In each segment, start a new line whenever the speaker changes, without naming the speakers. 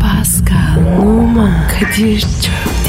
Pascal, Oman, Kadir çok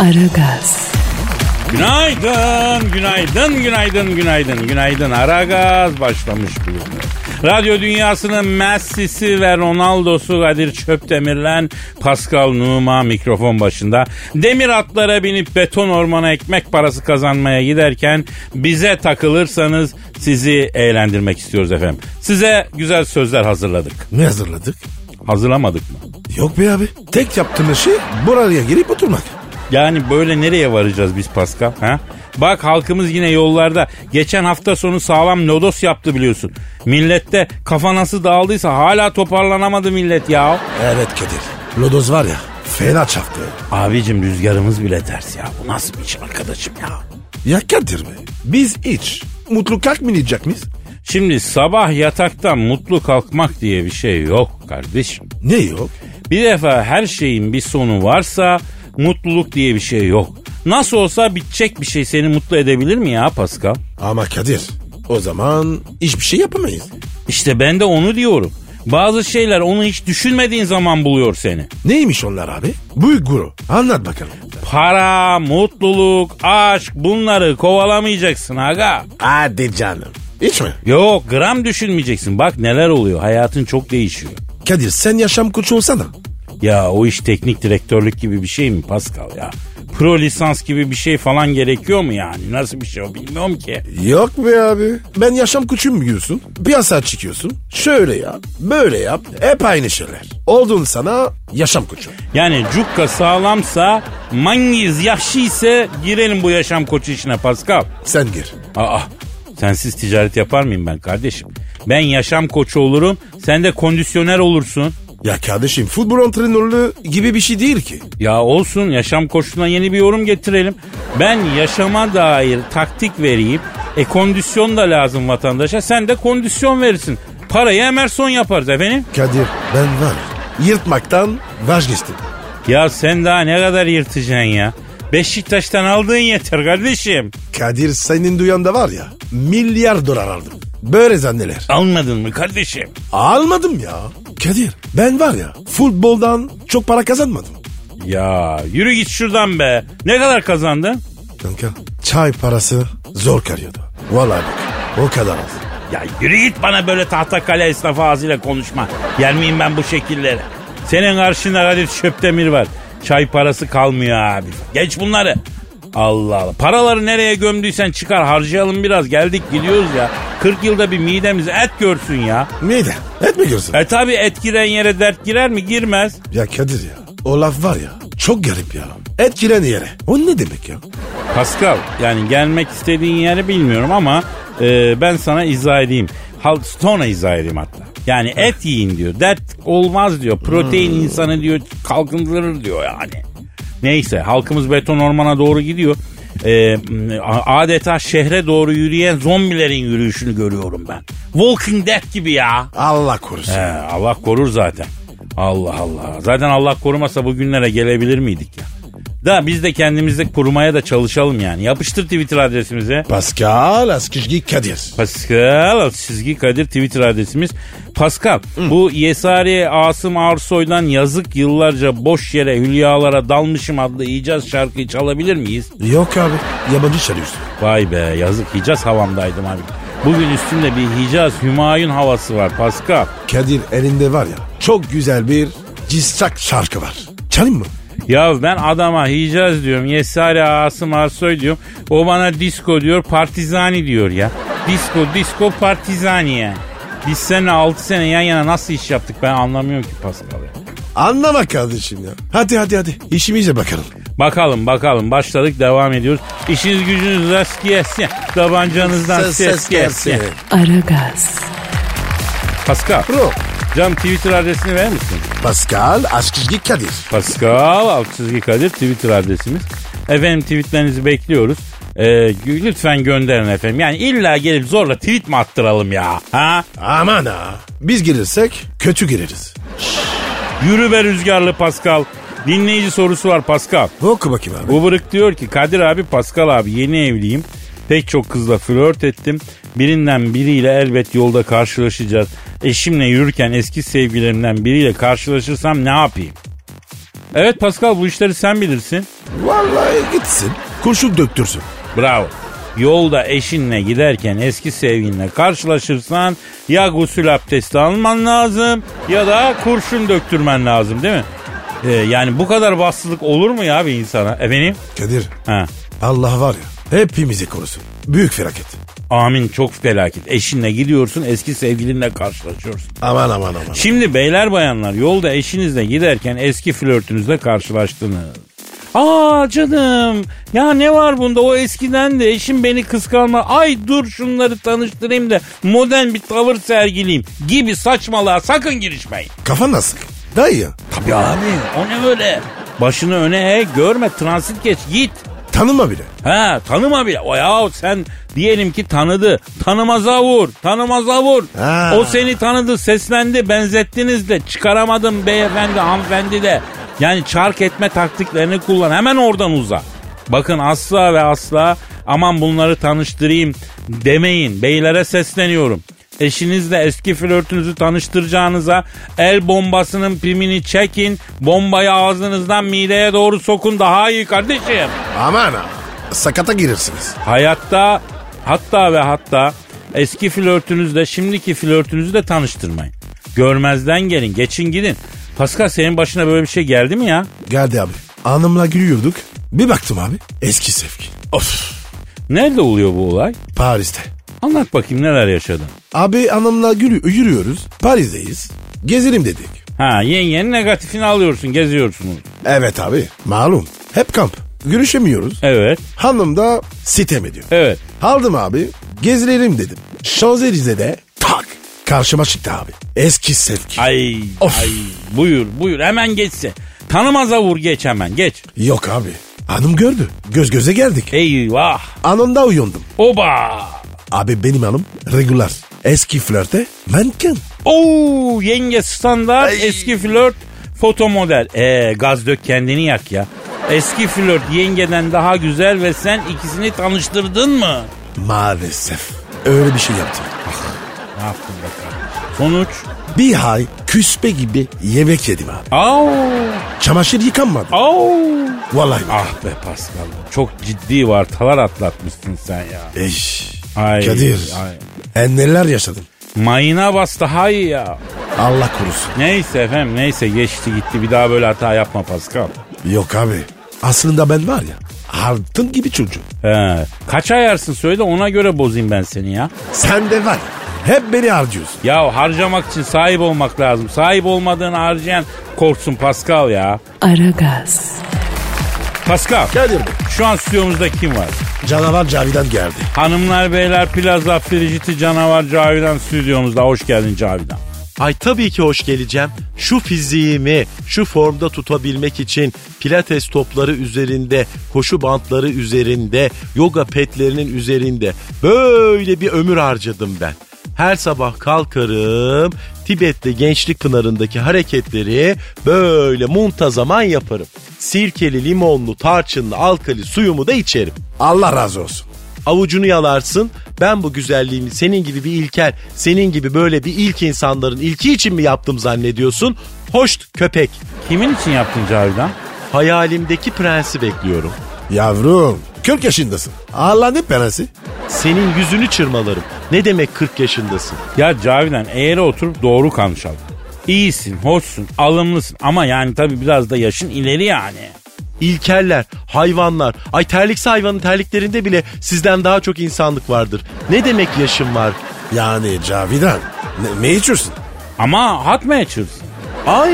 Aragaz,
Günaydın, günaydın, günaydın, günaydın, günaydın. Ara gaz başlamış bulunuyor. Radyo dünyasının Messi'si ve Ronaldo'su Kadir Çöpdemir'le Pascal Numa mikrofon başında. Demir atlara binip beton ormana ekmek parası kazanmaya giderken bize takılırsanız sizi eğlendirmek istiyoruz efendim. Size güzel sözler hazırladık.
Ne hazırladık?
Hazırlamadık mı?
Yok be abi. Tek yaptığımız şey buraya girip oturmak.
Yani böyle nereye varacağız biz Pascal? Ha? Bak halkımız yine yollarda. Geçen hafta sonu sağlam lodos yaptı biliyorsun. Millette kafa nasıl dağıldıysa hala toparlanamadı millet ya.
Evet Kadir. Lodoz var ya fena çaktı.
Abicim rüzgarımız bile ters ya. Bu nasıl bir iş arkadaşım ya?
Ya Kadir mi? Biz hiç mutlu kalk mı diyecek miyiz?
Şimdi sabah yataktan mutlu kalkmak diye bir şey yok kardeşim.
Ne yok?
Bir defa her şeyin bir sonu varsa mutluluk diye bir şey yok. Nasıl olsa bitecek bir şey seni mutlu edebilir mi ya Pascal?
Ama Kadir o zaman hiçbir şey yapamayız.
İşte ben de onu diyorum. Bazı şeyler onu hiç düşünmediğin zaman buluyor seni.
Neymiş onlar abi? Bu guru. Anlat bakalım.
Para, mutluluk, aşk bunları kovalamayacaksın aga.
Hadi canım. Hiç mi?
Yok gram düşünmeyeceksin. Bak neler oluyor hayatın çok değişiyor.
Kadir sen yaşam koçu olsana.
Ya o iş teknik direktörlük gibi bir şey mi Pascal ya? Pro lisans gibi bir şey falan gerekiyor mu yani? Nasıl bir şey o bilmiyorum ki.
Yok be abi. Ben yaşam koçuyum mu diyorsun? Piyasa çıkıyorsun. Şöyle yap, böyle yap. Hep aynı şeyler. Oldun sana yaşam koçu.
Yani cukka sağlamsa, mangiz yakşı ise girelim bu yaşam koçu işine Pascal.
Sen gir.
Aa sensiz ticaret yapar mıyım ben kardeşim? Ben yaşam koçu olurum, sen de kondisyoner olursun.
Ya kardeşim futbol antrenörlüğü gibi bir şey değil ki.
Ya olsun yaşam koçluğuna yeni bir yorum getirelim. Ben yaşama dair taktik vereyim. E kondisyon da lazım vatandaşa. Sen de kondisyon verirsin. Parayı Emerson yaparız efendim.
Kadir ben var. ya, Yırtmaktan vazgeçtim.
Ya sen daha ne kadar yırtacaksın ya? Beşiktaş'tan aldığın yeter kardeşim.
Kadir senin duyan da var ya milyar dolar aldım. Böyle zanneler.
Almadın mı kardeşim?
Almadım ya. Kadir ben var ya futboldan çok para kazanmadım.
Ya yürü git şuradan be. Ne kadar kazandın?
Kanka çay parası zor karıyordu. Vallahi bak o kadar az.
Ya yürü git bana böyle tahtakale esnafı ağzıyla konuşma. Yer miyim ben bu şekilleri? Senin karşında Kadir Çöptemir var. Çay parası kalmıyor abi. Geç bunları. Allah Allah. Paraları nereye gömdüysen çıkar harcayalım biraz. Geldik gidiyoruz ya. 40 yılda bir midemiz et görsün ya.
Neydi? Et mi görsün?
E tabi et giren yere dert girer mi? Girmez.
Ya Kadir ya o laf var ya çok garip ya. Et giren yere. O ne demek ya?
Pascal yani gelmek istediğin yeri bilmiyorum ama e, ben sana izah edeyim. Hal- Sonra izah edeyim hatta. Yani et yiyin diyor. Dert olmaz diyor. Protein insanı diyor kalkındırır diyor yani. Neyse halkımız beton ormana doğru gidiyor. E, m- a- adeta şehre doğru yürüyen zombilerin yürüyüşünü görüyorum ben. Walking Dead gibi ya.
Allah korusun.
He, Allah korur zaten. Allah Allah. Zaten Allah korumasa bugünlere gelebilir miydik ya? Da biz de kendimizde korumaya da çalışalım yani. Yapıştır Twitter adresimize.
Pascal Askizgi Kadir.
Pascal çizgi Kadir Twitter adresimiz. Pascal bu Yesari Asım Arsoy'dan yazık yıllarca boş yere hülyalara dalmışım adlı icaz şarkıyı çalabilir miyiz?
Yok abi yabancı çalıyorsun.
Vay be yazık Hicaz havamdaydım abi. Bugün üstümde bir Hicaz Hümayun havası var Pascal.
Kadir elinde var ya çok güzel bir cissak şarkı var. Çalayım mı?
Ya ben adama Hicaz diyorum. Yesari Asım Arsoy diyorum. O bana disco diyor. Partizani diyor ya. Disco, disco, partizani yani. Biz seninle 6 sene yan yana nasıl iş yaptık ben anlamıyorum ki Pascal ya.
Anlama kardeşim ya. Hadi hadi hadi işimize bakalım.
Bakalım bakalım başladık devam ediyoruz. İşiniz gücünüz rast gelsin. Tabancanızdan ses, gelsin.
Aragaz,
Pascal
Bro
Can Twitter adresini verir misin?
Pascal Askizgi Kadir.
Pascal alt çizgi Kadir Twitter adresimiz. Efendim tweetlerinizi bekliyoruz. Ee, gü- lütfen gönderin efendim. Yani illa gelip zorla tweet mi attıralım ya? Ha?
Aman ha. Biz girirsek kötü gireriz.
Yürü be rüzgarlı Pascal. Dinleyici sorusu var Pascal.
Oku bakayım abi.
Ubrık diyor ki Kadir abi Pascal abi yeni evliyim. Pek çok kızla flört ettim. Birinden biriyle elbet yolda karşılaşacağız. Eşimle yürürken eski sevgilerimden biriyle karşılaşırsam ne yapayım? Evet Pascal bu işleri sen bilirsin.
Vallahi gitsin. Kurşun döktürsün.
Bravo. Yolda eşinle giderken eski sevgilinle karşılaşırsan ya gusül abdesti alman lazım ya da kurşun döktürmen lazım değil mi? Ee, yani bu kadar bassızlık olur mu ya bir insana? Efendim?
Kadir
Ha.
Allah var ya hepimizi korusun. Büyük felaket.
Amin çok felaket. Eşinle gidiyorsun eski sevgilinle karşılaşıyorsun.
Aman aman aman.
Şimdi beyler bayanlar yolda eşinizle giderken eski flörtünüzle karşılaştınız. Aa canım ya ne var bunda o eskiden de eşim beni kıskanma ay dur şunları tanıştırayım da modern bir tavır sergileyim gibi saçmalığa sakın girişmeyin.
Kafan nasıl? Dayı ya.
Tabii abi o ne böyle başını öne eğ görme transit geç git.
Tanıma bile.
Ha tanıma bile. O yahu sen diyelim ki tanıdı. Tanımaza vur. Tanımaza vur.
Ha.
O seni tanıdı, seslendi, benzettiniz de çıkaramadım beyefendi, hanımefendi de. Yani çark etme taktiklerini kullan. Hemen oradan uza. Bakın asla ve asla aman bunları tanıştırayım demeyin. Beylere sesleniyorum. Eşinizle eski flörtünüzü tanıştıracağınıza el bombasının pimini çekin. Bombayı ağzınızdan mideye doğru sokun daha iyi kardeşim.
Aman ha. Sakata girirsiniz.
Hayatta hatta ve hatta eski flörtünüzle şimdiki flörtünüzü de tanıştırmayın. Görmezden gelin, geçin gidin. Pascal senin başına böyle bir şey geldi mi ya?
Geldi abi. Hanımla gülüyorduk. Bir baktım abi. Eski sevgi. Of.
Nerede oluyor bu olay?
Paris'te.
Anlat bakayım neler yaşadın.
Abi hanımla gülü- yürüyoruz. Paris'teyiz. Gezelim dedik.
Ha yengenin negatifini alıyorsun, geziyorsunuz.
Evet abi. Malum. Hep kamp. Görüşemiyoruz.
Evet,
Hanım da sitem ediyor.
evet.
Aldım abi. Gezilelim dedim. Şanzelize'de tak karşıma çıktı abi. Eski sevgi.
Ay,
Of.
ay. Buyur, buyur. Hemen geçse. Tanımaza vur geç hemen geç.
Yok abi. Hanım gördü. Göz göze geldik.
Eyvah.
Anında uyundum.
Oba.
Abi benim hanım regular. Eski flörte manken.
Oo yenge standart eski flört foto model. Ee gaz dök kendini yak ya. Eski flört yengeden daha güzel ve sen ikisini tanıştırdın mı?
Maalesef. Öyle bir şey yaptım.
Ne yaptın bakalım? Sonuç?
Bir ay küspe gibi yemek yedim abi.
Au!
Çamaşır yıkanmadı.
Au!
Vallahi.
Ah be Pascal. Çok ciddi vartalar atlatmışsın sen ya.
Eş.
Ay,
Kadir.
ay.
En neler yaşadım.
Mayına bas daha iyi ya.
Allah korusun.
Neyse efendim neyse geçti gitti bir daha böyle hata yapma Pascal.
Yok abi. Aslında ben var ya. Altın gibi çocuğum.
He, kaç ayarsın söyle ona göre bozayım ben seni ya.
Sen de var. ya, Hep beni harcıyorsun.
Ya harcamak için sahip olmak lazım. Sahip olmadığını harcayan korksun Pascal ya.
Aragaz,
Pascal.
Kadir Bey.
Şu an stüdyomuzda kim var?
Canavar Cavidan geldi.
Hanımlar, beyler, plaza, frijiti, canavar, Cavidan stüdyomuzda. Hoş geldin Cavidan.
Ay tabii ki hoş geleceğim. Şu fiziğimi şu formda tutabilmek için pilates topları üzerinde, koşu bantları üzerinde, yoga petlerinin üzerinde böyle bir ömür harcadım ben. Her sabah kalkarım, Tibet'te gençlik pınarındaki hareketleri böyle muntazaman yaparım. Sirkeli, limonlu, tarçınlı, alkali suyumu da içerim
Allah razı olsun.
avucunu yalarsın. Ben bu güzelliğimi senin gibi bir ilkel, senin gibi böyle bir ilk insanların ilki için mi yaptım zannediyorsun? Hoşt köpek.
Kimin için yaptın Cavidan?
Hayalimdeki prensi bekliyorum.
Yavrum 40 yaşındasın. Allah ne penası?
Senin yüzünü çırmalarım. Ne demek 40 yaşındasın?
Ya Cavidan eğri oturup doğru konuşalım. İyisin, hoşsun, alımlısın ama yani tabii biraz da yaşın ileri yani.
İlkeller, hayvanlar. Ay terlikse hayvanın terliklerinde bile sizden daha çok insanlık vardır. Ne demek yaşım var?
Yani Cavidan ne, ne içiyorsun?
Ama hat mı açırsın?
Ay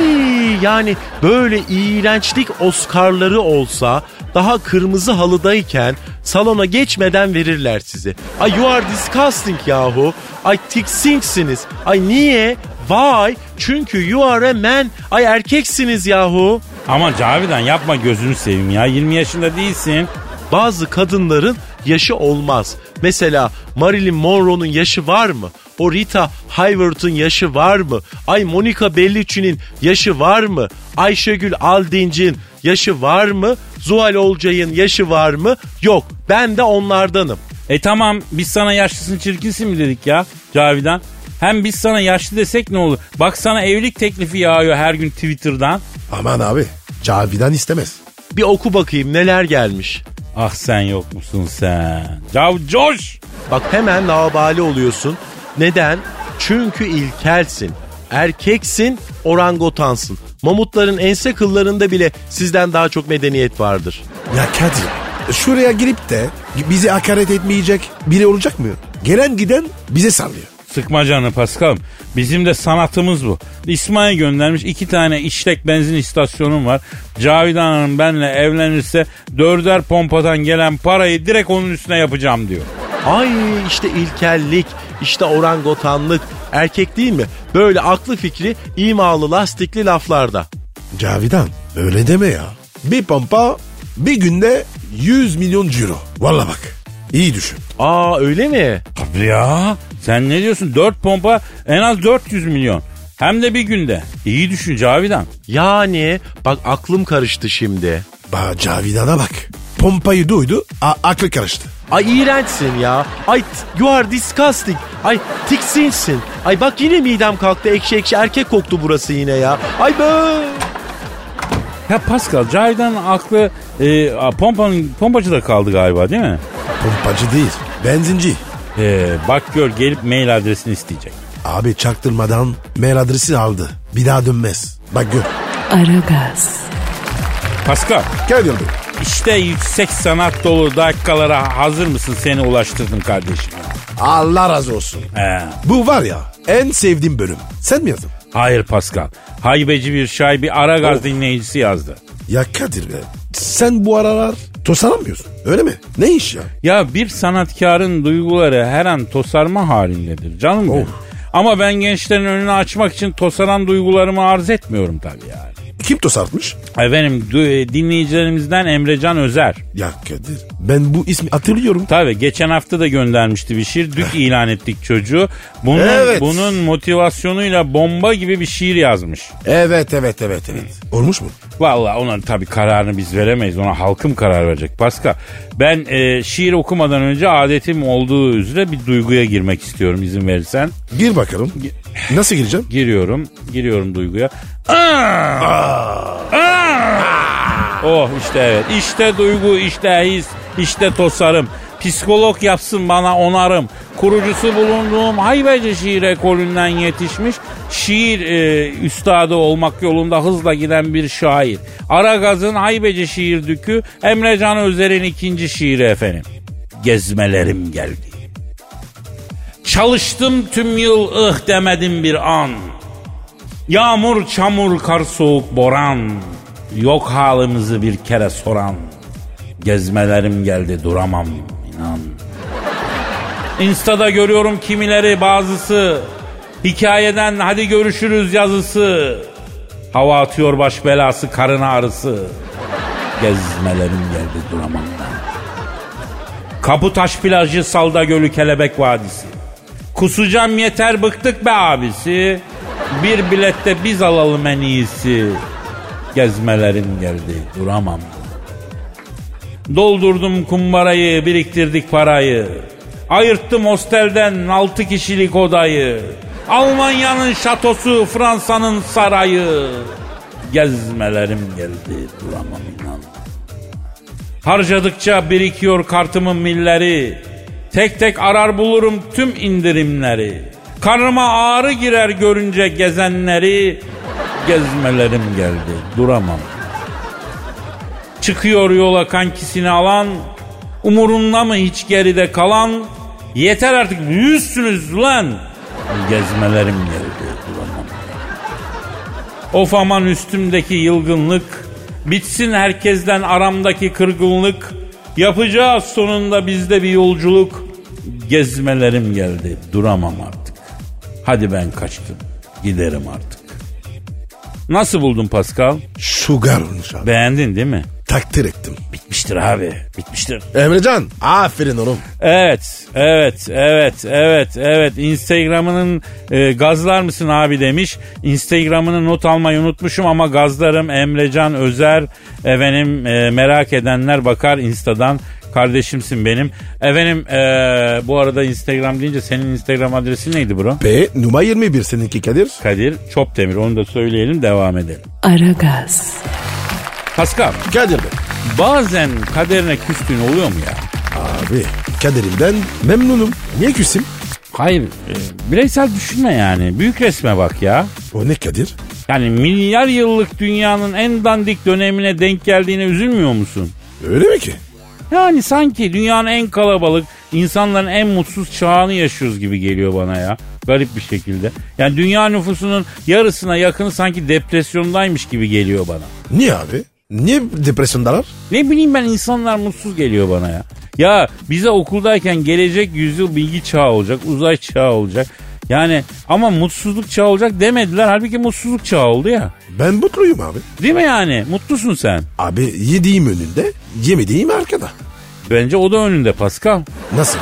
yani böyle iğrençlik Oscar'ları olsa daha kırmızı halıdayken salona geçmeden verirler sizi. Ay you are disgusting yahu. Ay tiksinksiniz. Ay niye? Why? Çünkü you are a man. Ay erkeksiniz yahu.
Ama Cavidan yapma gözünü seveyim ya. 20 yaşında değilsin.
Bazı kadınların yaşı olmaz. Mesela Marilyn Monroe'nun yaşı var mı? O Rita Hayworth'un yaşı var mı? Ay Monica Bellucci'nin yaşı var mı? Ayşegül Aldinc'in yaşı var mı? Zuhal Olcay'ın yaşı var mı? Yok ben de onlardanım.
E tamam biz sana yaşlısın çirkinsin mi dedik ya Cavidan? Hem biz sana yaşlı desek ne olur? Bak sana evlilik teklifi yağıyor her gün Twitter'dan.
Aman abi Cavidan istemez.
Bir oku bakayım neler gelmiş.
Ah sen yok musun sen? Cav coş!
Bak hemen labali oluyorsun. Neden? Çünkü ilkelsin. Erkeksin, orangotansın. Mamutların ense kıllarında bile sizden daha çok medeniyet vardır.
Ya Kadir şuraya girip de bizi hakaret etmeyecek biri olacak mı? Gelen giden bize sallıyor.
Sıkma canı Paskal'ım. Bizim de sanatımız bu. İsmail göndermiş iki tane işlek benzin istasyonum var. Cavidan Hanım benle evlenirse dörder pompadan gelen parayı direkt onun üstüne yapacağım diyor.
Ay işte ilkellik, işte orangotanlık. Erkek değil mi? Böyle aklı fikri imalı lastikli laflarda.
Cavidan öyle deme ya. Bir pompa bir günde 100 milyon euro. Valla bak iyi düşün.
Aa öyle mi?
Tabii ya. Sen ne diyorsun? Dört pompa en az 400 milyon. Hem de bir günde. İyi düşün Cavidan.
Yani bak aklım karıştı şimdi.
Ba Cavidan'a bak. Pompayı duydu a- aklı karıştı.
Ay iğrençsin ya. Ay t- you are disgusting. Ay tiksinsin. Ay bak yine midem kalktı. Ekşi ekşi erkek koktu burası yine ya. Ay be.
Ya Pascal Cavidan'ın aklı e, a, pompanın, pompacıda kaldı galiba değil mi?
Pompacı değil benzinci.
E, bak gör gelip mail adresini isteyecek.
Abi çaktırmadan mail adresi aldı. Bir daha dönmez. Bak gör.
Aragaz,
Pascal
Kadir Bey.
işte yüksek sanat dolu dakikalara hazır mısın seni ulaştırdım kardeşim.
Allah razı olsun.
Ee,
Bu var ya en sevdiğim bölüm. Sen mi yazdın?
hayır Pascal. Haybeci bir şay bir ara gaz dinleyicisi yazdı.
Ya Kadir be sen bu aralar tosaramıyorsun öyle mi? Ne iş ya?
Ya bir sanatkarın duyguları her an tosarma halindedir canım benim. Ama ben gençlerin önünü açmak için tosaran duygularımı arz etmiyorum tabii yani.
Kim tosartmış?
Efendim du- e, dinleyicilerimizden Emrecan Özer.
Ya Kadir ben bu ismi hatırlıyorum.
Tabii geçen hafta da göndermişti bir şiir. Dük ilan ettik çocuğu. Bunun,
Evet.
bunun motivasyonuyla bomba gibi bir şiir yazmış.
Evet evet evet evet. Olmuş mu?
Vallahi onun tabii kararını biz veremeyiz. Ona halkım karar verecek. Başka ben e, şiir okumadan önce adetim olduğu üzere bir duyguya girmek istiyorum izin verirsen.
Gir bakalım. Nasıl gireceğim?
Giriyorum. Giriyorum duyguya. Aa! Aa! Oh işte evet. İşte duygu, işte his, işte tosarım. Psikolog yapsın bana onarım. Kurucusu bulunduğum Haybeci Şiir Ekolü'nden yetişmiş şiir e, üstadı olmak yolunda hızla giden bir şair. Aragaz'ın Haybeci Şiir Dükü Emrecan Özer'in ikinci şiiri efendim. Gezmelerim geldi. Çalıştım tüm yıl ıh demedim bir an. Yağmur, çamur, kar, soğuk, boran. Yok halimizi bir kere soran. Gezmelerim geldi duramam inan. Insta'da görüyorum kimileri bazısı. Hikayeden hadi görüşürüz yazısı. Hava atıyor baş belası karın ağrısı. Gezmelerim geldi duramam Kaputaş plajı, Salda Gölü, Kelebek Vadisi. Kusacağım yeter bıktık be abisi. Bir bilette biz alalım en iyisi. Gezmelerim geldi duramam. Doldurdum kumbarayı biriktirdik parayı. Ayırttım hostelden altı kişilik odayı. Almanya'nın şatosu Fransa'nın sarayı. Gezmelerim geldi duramam inan. Harcadıkça birikiyor kartımın milleri. Tek tek arar bulurum tüm indirimleri. Karnıma ağrı girer görünce gezenleri. Gezmelerim geldi duramam. Çıkıyor yola kankisini alan. Umurunda mı hiç geride kalan? Yeter artık büyüsünüz lan. Gezmelerim geldi duramam. Of aman üstümdeki yılgınlık, bitsin herkesten aramdaki kırgınlık, yapacağız sonunda bizde bir yolculuk. Gezmelerim geldi, duramam artık. Hadi ben kaçtım. Giderim artık. Nasıl buldun Pascal?
Sugar olmuş abi.
Beğendin değil mi?
Takdir ettim.
Bitmiştir abi. Bitmiştir.
Emrecan aferin oğlum.
Evet, evet, evet, evet, evet. Instagram'ının e, gazlar mısın abi demiş. Instagram'ını not almayı unutmuşum ama gazlarım Emrecan Özer. Efendim e, merak edenler bakar Insta'dan. Kardeşimsin benim. Efendim e, bu arada Instagram deyince senin Instagram adresin neydi bro?
P numara 21 seninki Kadir.
Kadir Çopdemir. Onu da söyleyelim devam edelim.
Aragaz,
Pascal
Kadir Bey.
bazen kaderine küstüğün oluyor mu ya?
Abi Kadir'imden memnunum. Niye küsüm?
Hayır e, bireysel düşünme yani. Büyük resme bak ya.
O ne Kadir?
Yani milyar yıllık dünyanın en dandik dönemine denk geldiğine üzülmüyor musun?
Öyle mi ki?
Yani sanki dünyanın en kalabalık, insanların en mutsuz çağını yaşıyoruz gibi geliyor bana ya. Garip bir şekilde. Yani dünya nüfusunun yarısına yakını sanki depresyondaymış gibi geliyor bana.
Niye abi? Niye depresyondalar?
Ne bileyim ben insanlar mutsuz geliyor bana ya. Ya bize okuldayken gelecek yüzyıl bilgi çağı olacak, uzay çağı olacak. Yani ama mutsuzluk çağı olacak demediler. Halbuki mutsuzluk çağı oldu ya.
Ben mutluyum abi.
Değil mi yani? Mutlusun sen.
Abi yediğim önünde, yemediğim arkada.
Bence o da önünde Pascal.
Nasıl?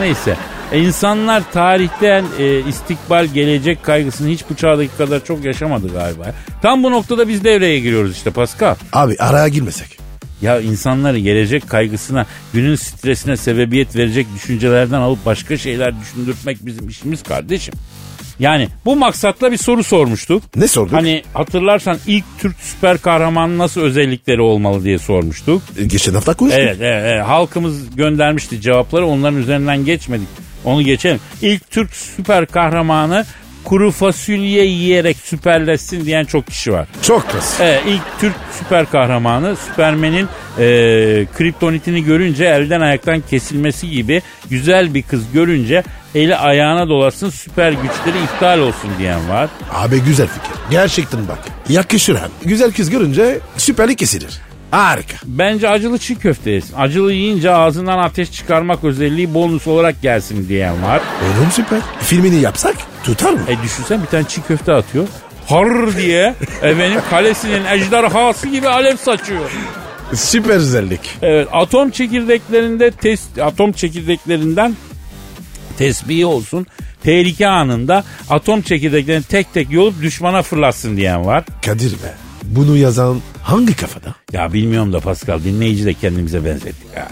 Neyse. E, insanlar tarihten e, istikbal, gelecek kaygısını hiç bu çağdaki kadar çok yaşamadı galiba. Tam bu noktada biz devreye giriyoruz işte Pascal.
Abi araya girmesek.
Ya insanları gelecek kaygısına, günün stresine sebebiyet verecek düşüncelerden alıp başka şeyler düşündürtmek bizim işimiz kardeşim. Yani bu maksatla bir soru sormuştuk.
Ne sorduk?
Hani hatırlarsan ilk Türk süper kahramanın nasıl özellikleri olmalı diye sormuştuk.
E, Geçen hafta konuştuk.
Evet, evet, evet. halkımız göndermişti cevapları onların üzerinden geçmedik. Onu geçelim. İlk Türk süper kahramanı kuru fasulye yiyerek süperleşsin diyen çok kişi var.
Çok klas.
Evet, ilk Türk süper kahramanı Süpermen'in e, kriptonitini görünce elden ayaktan kesilmesi gibi güzel bir kız görünce eli ayağına dolasın süper güçleri iptal olsun diyen var.
Abi güzel fikir. Gerçekten bak. Yakışır hem. Güzel kız görünce süperlik kesilir. Harika.
Bence acılı çiğ köfte yesin. Acılı yiyince ağzından ateş çıkarmak özelliği bonus olarak gelsin diyen var.
Oğlum süper. Filmini yapsak tutar mı?
E düşünsen bir tane çiğ köfte atıyor. Har diye efendim kalesinin ejderhası gibi alev saçıyor. E,
Süper özellik.
Evet atom çekirdeklerinde test atom çekirdeklerinden tesbihi olsun. Tehlike anında atom çekirdeklerini tek tek yolup düşmana fırlatsın diyen var.
Kadir be. Bunu yazan hangi kafada?
Ya bilmiyorum da Pascal dinleyici de kendimize benzettik ya.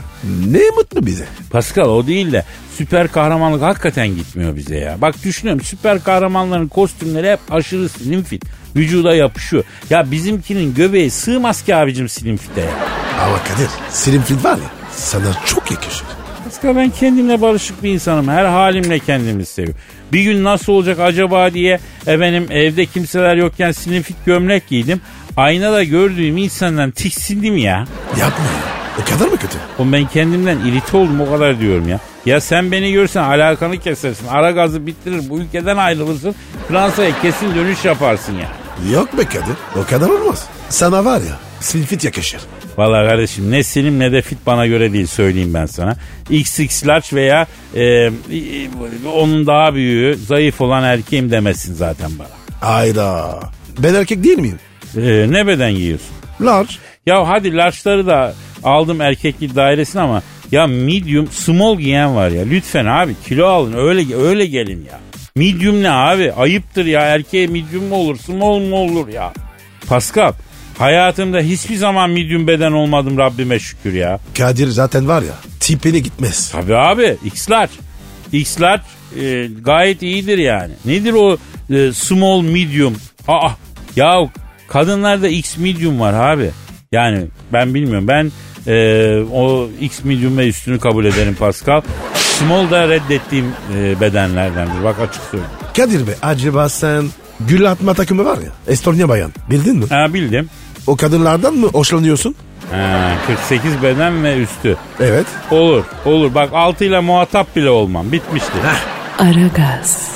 Ne mutlu bize.
Pascal o değil de süper kahramanlık hakikaten gitmiyor bize ya. Bak düşünüyorum süper kahramanların kostümleri hep aşırı slim fit. Vücuda yapışıyor. Ya bizimkinin göbeği sığmaz ki abicim slim fit'e ya.
Ama Kadir, Slim Fit var ya sana çok yakışır.
Pascal ben kendimle barışık bir insanım. Her halimle kendimi seviyorum. Bir gün nasıl olacak acaba diye efendim evde kimseler yokken slim fit gömlek giydim. Aynada gördüğüm insandan tiksindim ya.
Yapma ya. O kadar mı kötü?
Oğlum ben kendimden irite oldum o kadar diyorum ya. Ya sen beni görsen alakanı kesersin. Ara gazı bitirir bu ülkeden ayrılırsın. Fransa'ya kesin dönüş yaparsın ya.
Yok be Kadir. O kadar olmaz. Sana var ya Slim Fit yakışır.
Vallahi kardeşim ne slim ne de fit bana göre değil söyleyeyim ben sana. XX large veya e, onun daha büyüğü zayıf olan erkeğim demesin zaten bana.
Ayda. Ben erkek değil miyim?
E, ne beden giyiyorsun?
Large.
Ya hadi large'ları da aldım erkeklik dairesine ama ya medium small giyen var ya. Lütfen abi kilo alın öyle öyle gelin ya. Medium ne abi? Ayıptır ya erkeğe medium mu olur small mu olur ya. Pascal hayatımda hiçbir zaman medium beden olmadım Rabbime şükür ya.
Kadir zaten var ya tipine gitmez.
Tabii abi X'lar. X'lar e, gayet iyidir yani. Nedir o e, small medium? Aa ya kadınlarda X medium var abi. Yani ben bilmiyorum. Ben e, o X medium ve üstünü kabul ederim Pascal. Small da reddettiğim e, bedenlerdendir. Bak açık söyleyeyim.
Kadir be acaba sen gül atma takımı var ya Estonya bayan bildin mi?
Ha bildim.
O kadınlardan mı hoşlanıyorsun?
Ha, 48 beden ve üstü.
Evet.
Olur olur. Bak 6 ile muhatap bile olmam. Bitmişti.
Aragaz,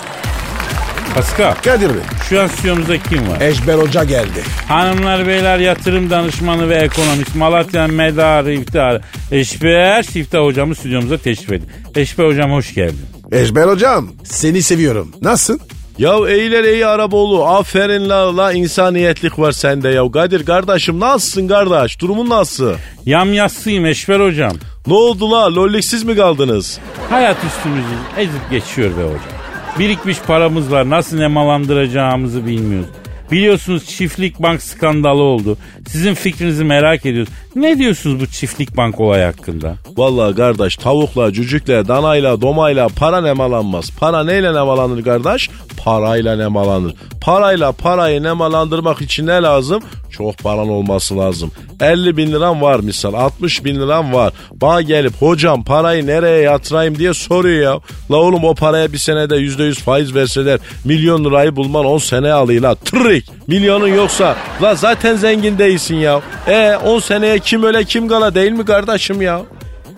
Pascal
Kadir Bey.
şu an stüdyomuzda kim var?
Eşber Hoca geldi.
Hanımlar beyler yatırım danışmanı ve ekonomist Malatya'nın medarı iftiharı Eşber Siftah hocamı stüdyomuza teşrif edin. Eşber hocam hoş geldin.
Eşber Hocam seni seviyorum. Nasılsın?
Ya eyler ey Araboğlu aferin la la insaniyetlik var sende ya. Kadir kardeşim nasılsın kardeş durumun nasıl?
Yam yassıyım Eşber hocam.
Ne oldu la lolliksiz mi kaldınız?
Hayat üstümüzü ezip geçiyor be hocam. Birikmiş paramız var nasıl nemalandıracağımızı bilmiyoruz. Biliyorsunuz çiftlik bank skandalı oldu. Sizin fikrinizi merak ediyoruz. Ne diyorsunuz bu çiftlik bank olayı hakkında?
Vallahi kardeş tavukla, cücükle, danayla, domayla para nemalanmaz. Para neyle nemalanır kardeş? Parayla nemalanır. Parayla parayı nemalandırmak için ne lazım? Çok paran olması lazım. 50 bin liram var misal, 60 bin liram var. Bana gelip hocam parayı nereye yatırayım diye soruyor ya. La oğlum o paraya bir senede %100 faiz verseler milyon lirayı bulman 10 sene alıyor la. Trik! Milyonun yoksa la zaten zengin değilsin ya. E 10 seneye kim öle kim gala değil mi kardeşim ya?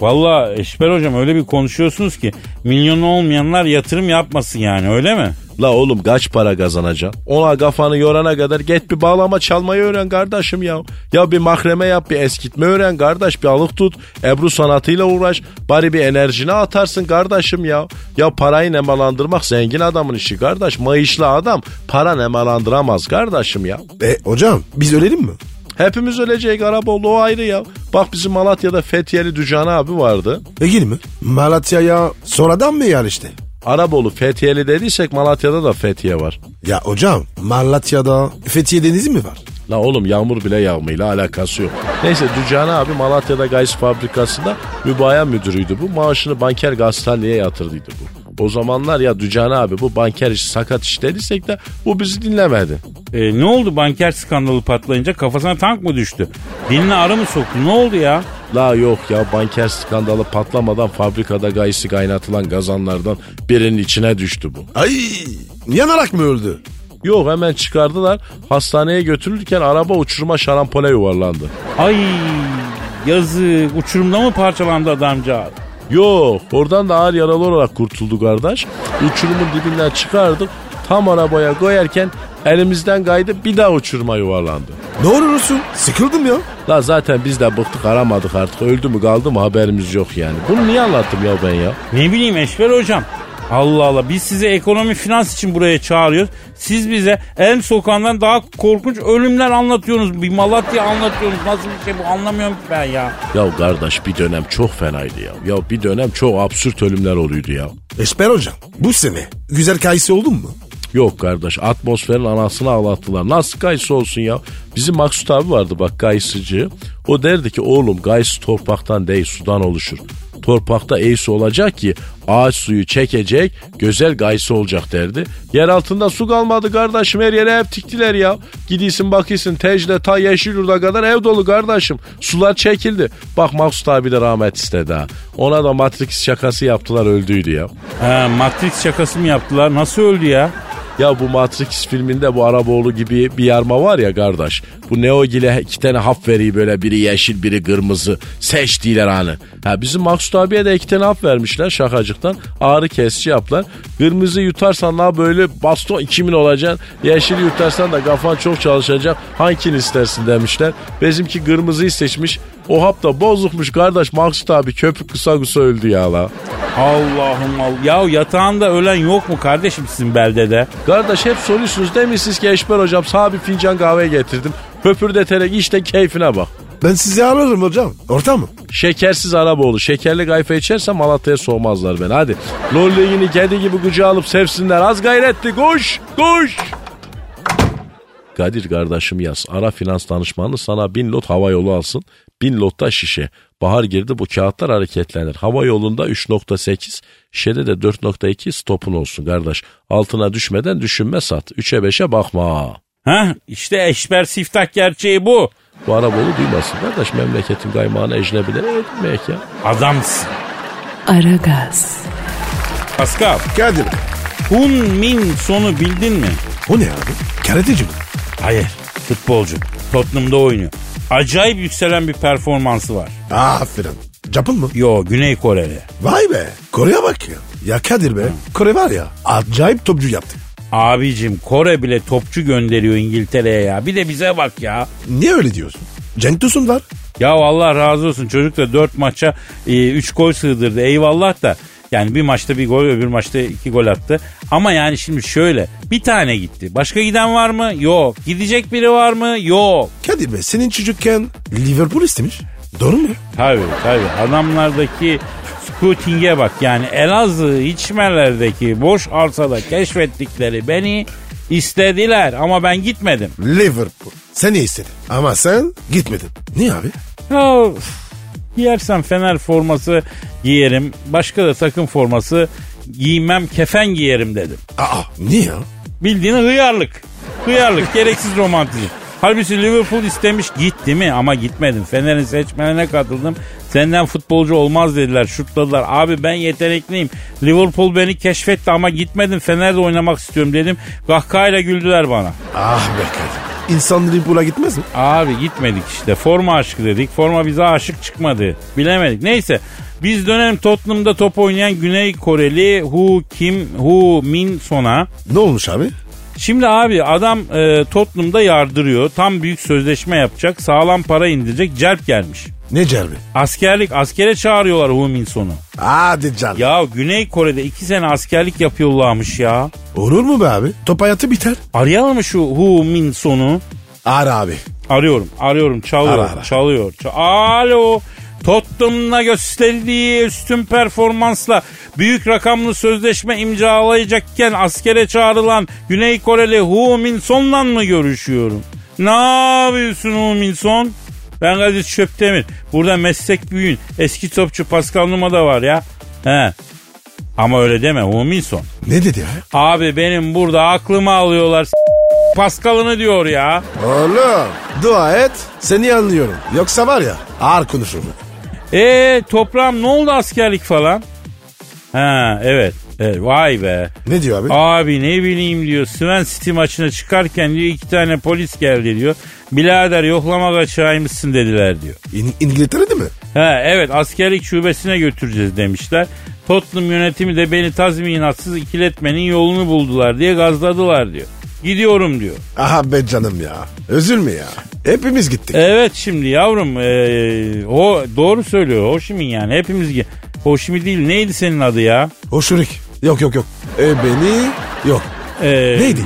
Valla Eşber hocam öyle bir konuşuyorsunuz ki milyonu olmayanlar yatırım yapmasın yani öyle mi?
La oğlum kaç para kazanacaksın? Ona kafanı yorana kadar git bir bağlama çalmayı öğren kardeşim ya. Ya bir mahreme yap bir eskitme öğren kardeş bir alık tut. Ebru sanatıyla uğraş. Bari bir enerjini atarsın kardeşim ya. Ya parayı nemalandırmak zengin adamın işi kardeş. Mayışlı adam para nemalandıramaz kardeşim ya.
E hocam biz ölelim mi?
Hepimiz öleceğiz Araboğlu o ayrı ya. Bak bizim Malatya'da Fethiyeli Dücan abi vardı.
Egil E, mi? Malatya'ya sonradan mı yerleşti?
Araboğlu Fethiyeli dediysek Malatya'da da Fethiye var.
Ya hocam Malatya'da Fethiye Denizi mi var?
La oğlum yağmur bile yağmayla alakası yok. Neyse Ducan abi Malatya'da gayz fabrikasında mübaya müdürüydü bu. Maaşını banker gazeteliğe yatırdıydı bu. O zamanlar ya Ducan abi bu banker işi sakat iş dediysek de bu bizi dinlemedi.
E, ne oldu banker skandalı patlayınca kafasına tank mı düştü? Diline arı mı soktu ne oldu ya?
La yok ya banker skandalı patlamadan fabrikada gaysi kaynatılan gazanlardan birinin içine düştü bu.
Ay yanarak mı öldü?
Yok hemen çıkardılar hastaneye götürülürken araba uçurma şarampole yuvarlandı.
Ay yazık uçurumda mı parçalandı adamcağız?
Yok oradan da ağır yaralı olarak kurtuldu kardeş. Uçurumun dibinden çıkardık. Tam arabaya koyarken elimizden kaydı bir daha uçurma yuvarlandı.
Ne olursun sıkıldım ya.
La zaten biz de bıktık aramadık artık. Öldü mü kaldı mı haberimiz yok yani. Bunu niye anlattım ya ben ya?
Ne bileyim Eşber hocam. Allah Allah biz sizi ekonomi finans için buraya çağırıyoruz. Siz bize en sokağından daha korkunç ölümler anlatıyorsunuz. Bir Malatya anlatıyorsunuz. Nasıl bir şey bu anlamıyorum ki ben ya.
Ya kardeş bir dönem çok fenaydı ya. Ya bir dönem çok absürt ölümler oluyordu ya.
Esper hocam bu sene güzel kayısı oldun mu?
Yok kardeş atmosferin anasını ağlattılar. Nasıl kayısı olsun ya? Bizim Maksut abi vardı bak kayısıcı. O derdi ki oğlum kayısı torpaktan değil sudan oluşur. Torpakta eğisi olacak ki ağaç suyu çekecek güzel gayısı olacak derdi. Yer altında su kalmadı kardeşim her yere ev diktiler ya. Gidiyorsun bakıyorsun Tecle ta Yeşilyurt'a kadar ev dolu kardeşim. Sular çekildi. Bak Maksut abi de rahmet istedi ha. Ona da Matrix şakası yaptılar öldüydü ya.
Ha, Matrix şakası mı yaptılar? Nasıl öldü ya?
Ya bu Matrix filminde bu Araboğlu gibi bir yarma var ya kardeş. Bu Neogil'e iki tane hap veriyor böyle biri yeşil biri kırmızı. Seç diyorlar hani. Ha bizim Maksut abiye de iki tane hap vermişler şakacıktan. Ağrı kesici yaplar. Kırmızı yutarsan la böyle baston 2000 olacaksın. Yeşil yutarsan da kafan çok çalışacak. Hankini istersin demişler. Bizimki kırmızıyı seçmiş. O hap da bozukmuş kardeş Maksut abi köpük kısa kısa öldü ya la.
Allah'ım Allah. Ya yatağında ölen yok mu kardeşim sizin beldede?
Kardeş hep soruyorsunuz demişsiniz ki Eşber hocam sana bir fincan kahve getirdim. Höpürdeterek işte keyfine bak.
Ben sizi ararım hocam. Orta mı?
Şekersiz Araboğlu. Şekerli kayfa içersem Malatya'ya soğumazlar beni. Hadi. Lolleğini kedi gibi kucağa alıp sevsinler. Az gayretli. Koş. Koş. Kadir kardeşim yaz. Ara finans danışmanı sana bin lot hava yolu alsın. Bin lotta şişe. Bahar girdi bu kağıtlar hareketlenir. Hava yolunda 3.8, şişede de 4.2 stopun olsun kardeş. Altına düşmeden düşünme sat. 3'e 5'e bakma.
Ha işte Eşber siftah gerçeği bu.
Bu Araboğlu duymasın kardeş. Memleketin kaymağını ecnebilere edinmeyek ya.
Adamsın.
Aragaz.
Pascal.
Kadir.
Hun Min sonu bildin mi?
O ne abi? Karateci mi?
Hayır. Futbolcu. Tottenham'da oynuyor. Acayip yükselen bir performansı var.
Aferin. Japon mu?
Yo Güney Koreli.
Vay be. Kore'ye bak ya. Ya Kadir be. Kore var ya. Acayip topçu yaptı.
Abicim Kore bile topçu gönderiyor İngiltere'ye ya. Bir de bize bak ya.
Niye öyle diyorsun? Cenk Tosun var.
Ya Allah razı olsun çocuk da 4 maça 3 gol sığdırdı eyvallah da. Yani bir maçta bir gol öbür maçta iki gol attı. Ama yani şimdi şöyle Bir tane gitti. Başka giden var mı? Yok. Gidecek biri var mı? Yok.
Kadir Bey senin çocukken Liverpool istemiş. Doğru mu?
Tabii tabii. Adamlardaki scouting'e bak. Yani Elazığ içmelerdeki boş arsada keşfettikleri beni istediler ama ben gitmedim.
Liverpool. Seni istedi. Ama sen gitmedin. Niye abi?
Ya üf, giyersem Fener forması giyerim. Başka da takım forması giymem kefen giyerim dedim.
Aa niye ya?
Bildiğin hıyarlık. Hıyarlık, gereksiz romantizm. Halbuki Liverpool istemiş gitti mi ama gitmedim. Fener'in seçmenine katıldım. Senden futbolcu olmaz dediler, şutladılar. Abi ben yetenekliyim. Liverpool beni keşfetti ama gitmedim. Fener'de oynamak istiyorum dedim. Kahkahayla güldüler bana.
Ah be Kadir. İnsan Liverpool'a gitmez mi?
Abi gitmedik işte. Forma aşkı dedik. Forma bize aşık çıkmadı. Bilemedik. Neyse. Biz dönem Tottenham'da top oynayan Güney Koreli Hu Kim Hu Min Son'a
Ne olmuş abi?
Şimdi abi adam e, Tottenham'da yardırıyor. Tam büyük sözleşme yapacak. Sağlam para indirecek. Celp gelmiş.
Ne cerbi?
Askerlik. Askere çağırıyorlar Hu Min Son'u.
Hadi canım.
Ya Güney Kore'de iki sene askerlik yapıyorlarmış ya.
Olur mu be abi? Top hayatı biter.
Arayalım mı şu Hu Min Son'u?
Ara abi.
Arıyorum, arıyorum, çalıyor,
Ara, ara.
çalıyor. ça- Alo. Tottenham'la gösterdiği üstün performansla büyük rakamlı sözleşme imzalayacakken askere çağrılan Güney Koreli Hu Min-son'la mı görüşüyorum? Ne yapıyorsun Hu Min-son? Ben Kadir Çöptemir. Burada meslek büyüğün. Eski topçu Pascal Numa da var ya. He. Ama öyle deme Hu Min-son.
Ne dedi ya?
Abi benim burada aklımı alıyorlar. S- Pascal'ını diyor ya.
Oğlum dua et seni anlıyorum. Yoksa var ya ağır konuşurum.
E toprağım ne oldu askerlik falan? Ha evet. Evet, vay be.
Ne diyor abi?
Abi ne bileyim diyor. Sven City maçına çıkarken diyor iki tane polis geldi diyor. Birader yoklama kaçağıymışsın dediler diyor.
İn- İngiltere'de mi?
Ha evet askerlik şubesine götüreceğiz demişler. Tottenham yönetimi de beni tazminatsız ikiletmenin yolunu buldular diye gazladılar diyor. Gidiyorum diyor.
Aha be canım ya. Üzülme ya. Hepimiz gittik.
Evet şimdi yavrum ee, o doğru söylüyor. Hoşimin yani hepimiz gi- Hoşimi değil neydi senin adı ya?
Hoşurik. Yok yok yok. E beni yok.
Ee,
Neydi?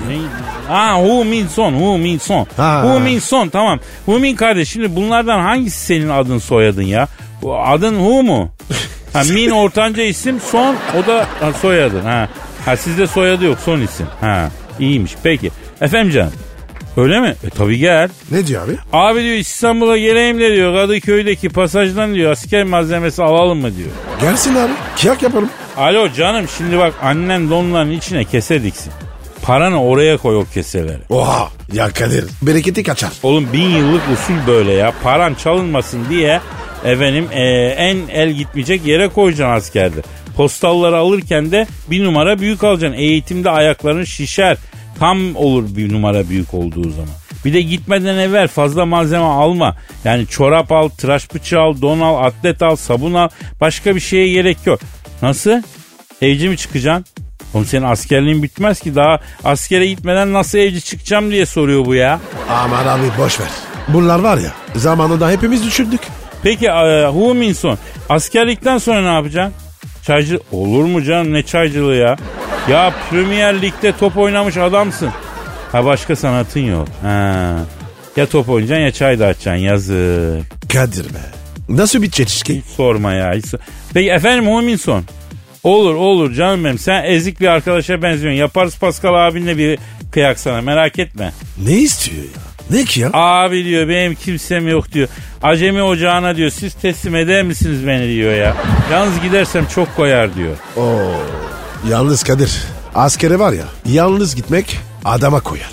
Ha Hu Min Son, Hu Min Son.
Ha.
Hu Min Son tamam. Hu Min kardeş şimdi bunlardan hangisi senin adın soyadın ya? Bu Adın Hu mu? Ha, Min ortanca isim, Son o da ha, soyadın. Ha. ha sizde soyadı yok, son isim. Ha iyiymiş peki. Efendim canım. Öyle mi? E tabi gel.
Ne diyor abi?
Abi diyor İstanbul'a geleyim de diyor Kadıköy'deki pasajdan diyor asker malzemesi alalım mı diyor.
Gelsin abi. Kıyak yaparım.
Alo canım şimdi bak annen donların içine kese diksin. Paranı oraya koy o keseleri.
Oha. Ya Kadir. Bereketi kaçar.
Oğlum bin yıllık usul böyle ya. Paran çalınmasın diye efendim e, en el gitmeyecek yere koyacaksın askerde. Postalları alırken de bir numara büyük alacaksın. Eğitimde ayakların şişer. Tam olur bir numara büyük olduğu zaman. Bir de gitmeden evvel fazla malzeme alma. Yani çorap al, tıraş bıçağı al, don al, atlet al, sabun al. Başka bir şeye gerek yok. Nasıl? Evci mi çıkacaksın? Oğlum senin askerliğin bitmez ki. Daha askere gitmeden nasıl evci çıkacağım diye soruyor bu ya.
Aman abi boş ver. Bunlar var ya zamanında hepimiz düşündük.
Peki e, Hu Minson askerlikten sonra ne yapacaksın? Çaycı olur mu canım ne çaycılığı ya? Ya Premier Lig'de top oynamış adamsın. Ha başka sanatın yok. Ha. Ya top oynayacaksın ya çay dağıtacaksın yazık.
Kadir be. Nasıl bir çelişki?
Hiç sorma ya. Hiç sor- Peki efendim Hu Minson. Olur olur canım benim sen ezik bir arkadaşa benziyorsun. Yaparız Pascal abinle bir kıyak sana merak etme.
Ne istiyor ya? Ne ki ya?
Abi diyor benim kimsem yok diyor. Acemi ocağına diyor siz teslim eder misiniz beni diyor ya. Yalnız gidersem çok koyar diyor.
Oo. Yalnız Kadir. Askere var ya yalnız gitmek adama koyar.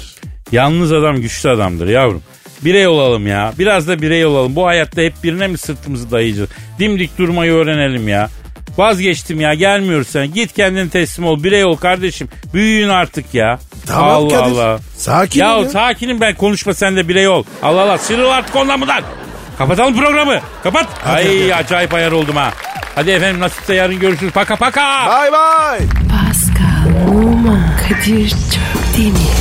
Yalnız adam güçlü adamdır yavrum. Birey olalım ya. Biraz da birey olalım. Bu hayatta hep birine mi sırtımızı dayayacağız? Dimdik durmayı öğrenelim ya. Vazgeçtim ya gelmiyoruz sen. Git kendin teslim ol. Birey ol kardeşim. Büyüyün artık ya.
Tamam
Allah
Kadir.
Allah.
Sakin
ya.
ol ya.
sakinim ben konuşma sen de birey ol. Allah Allah sırıl artık ondan bundan. Kapatalım programı. Kapat. Ay
hadi.
acayip ayar oldum ha. Hadi efendim nasipse yarın görüşürüz. Paka paka.
Bay bay.
Pascal, Oman, Kadir çok değil mi?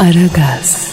Aragaz.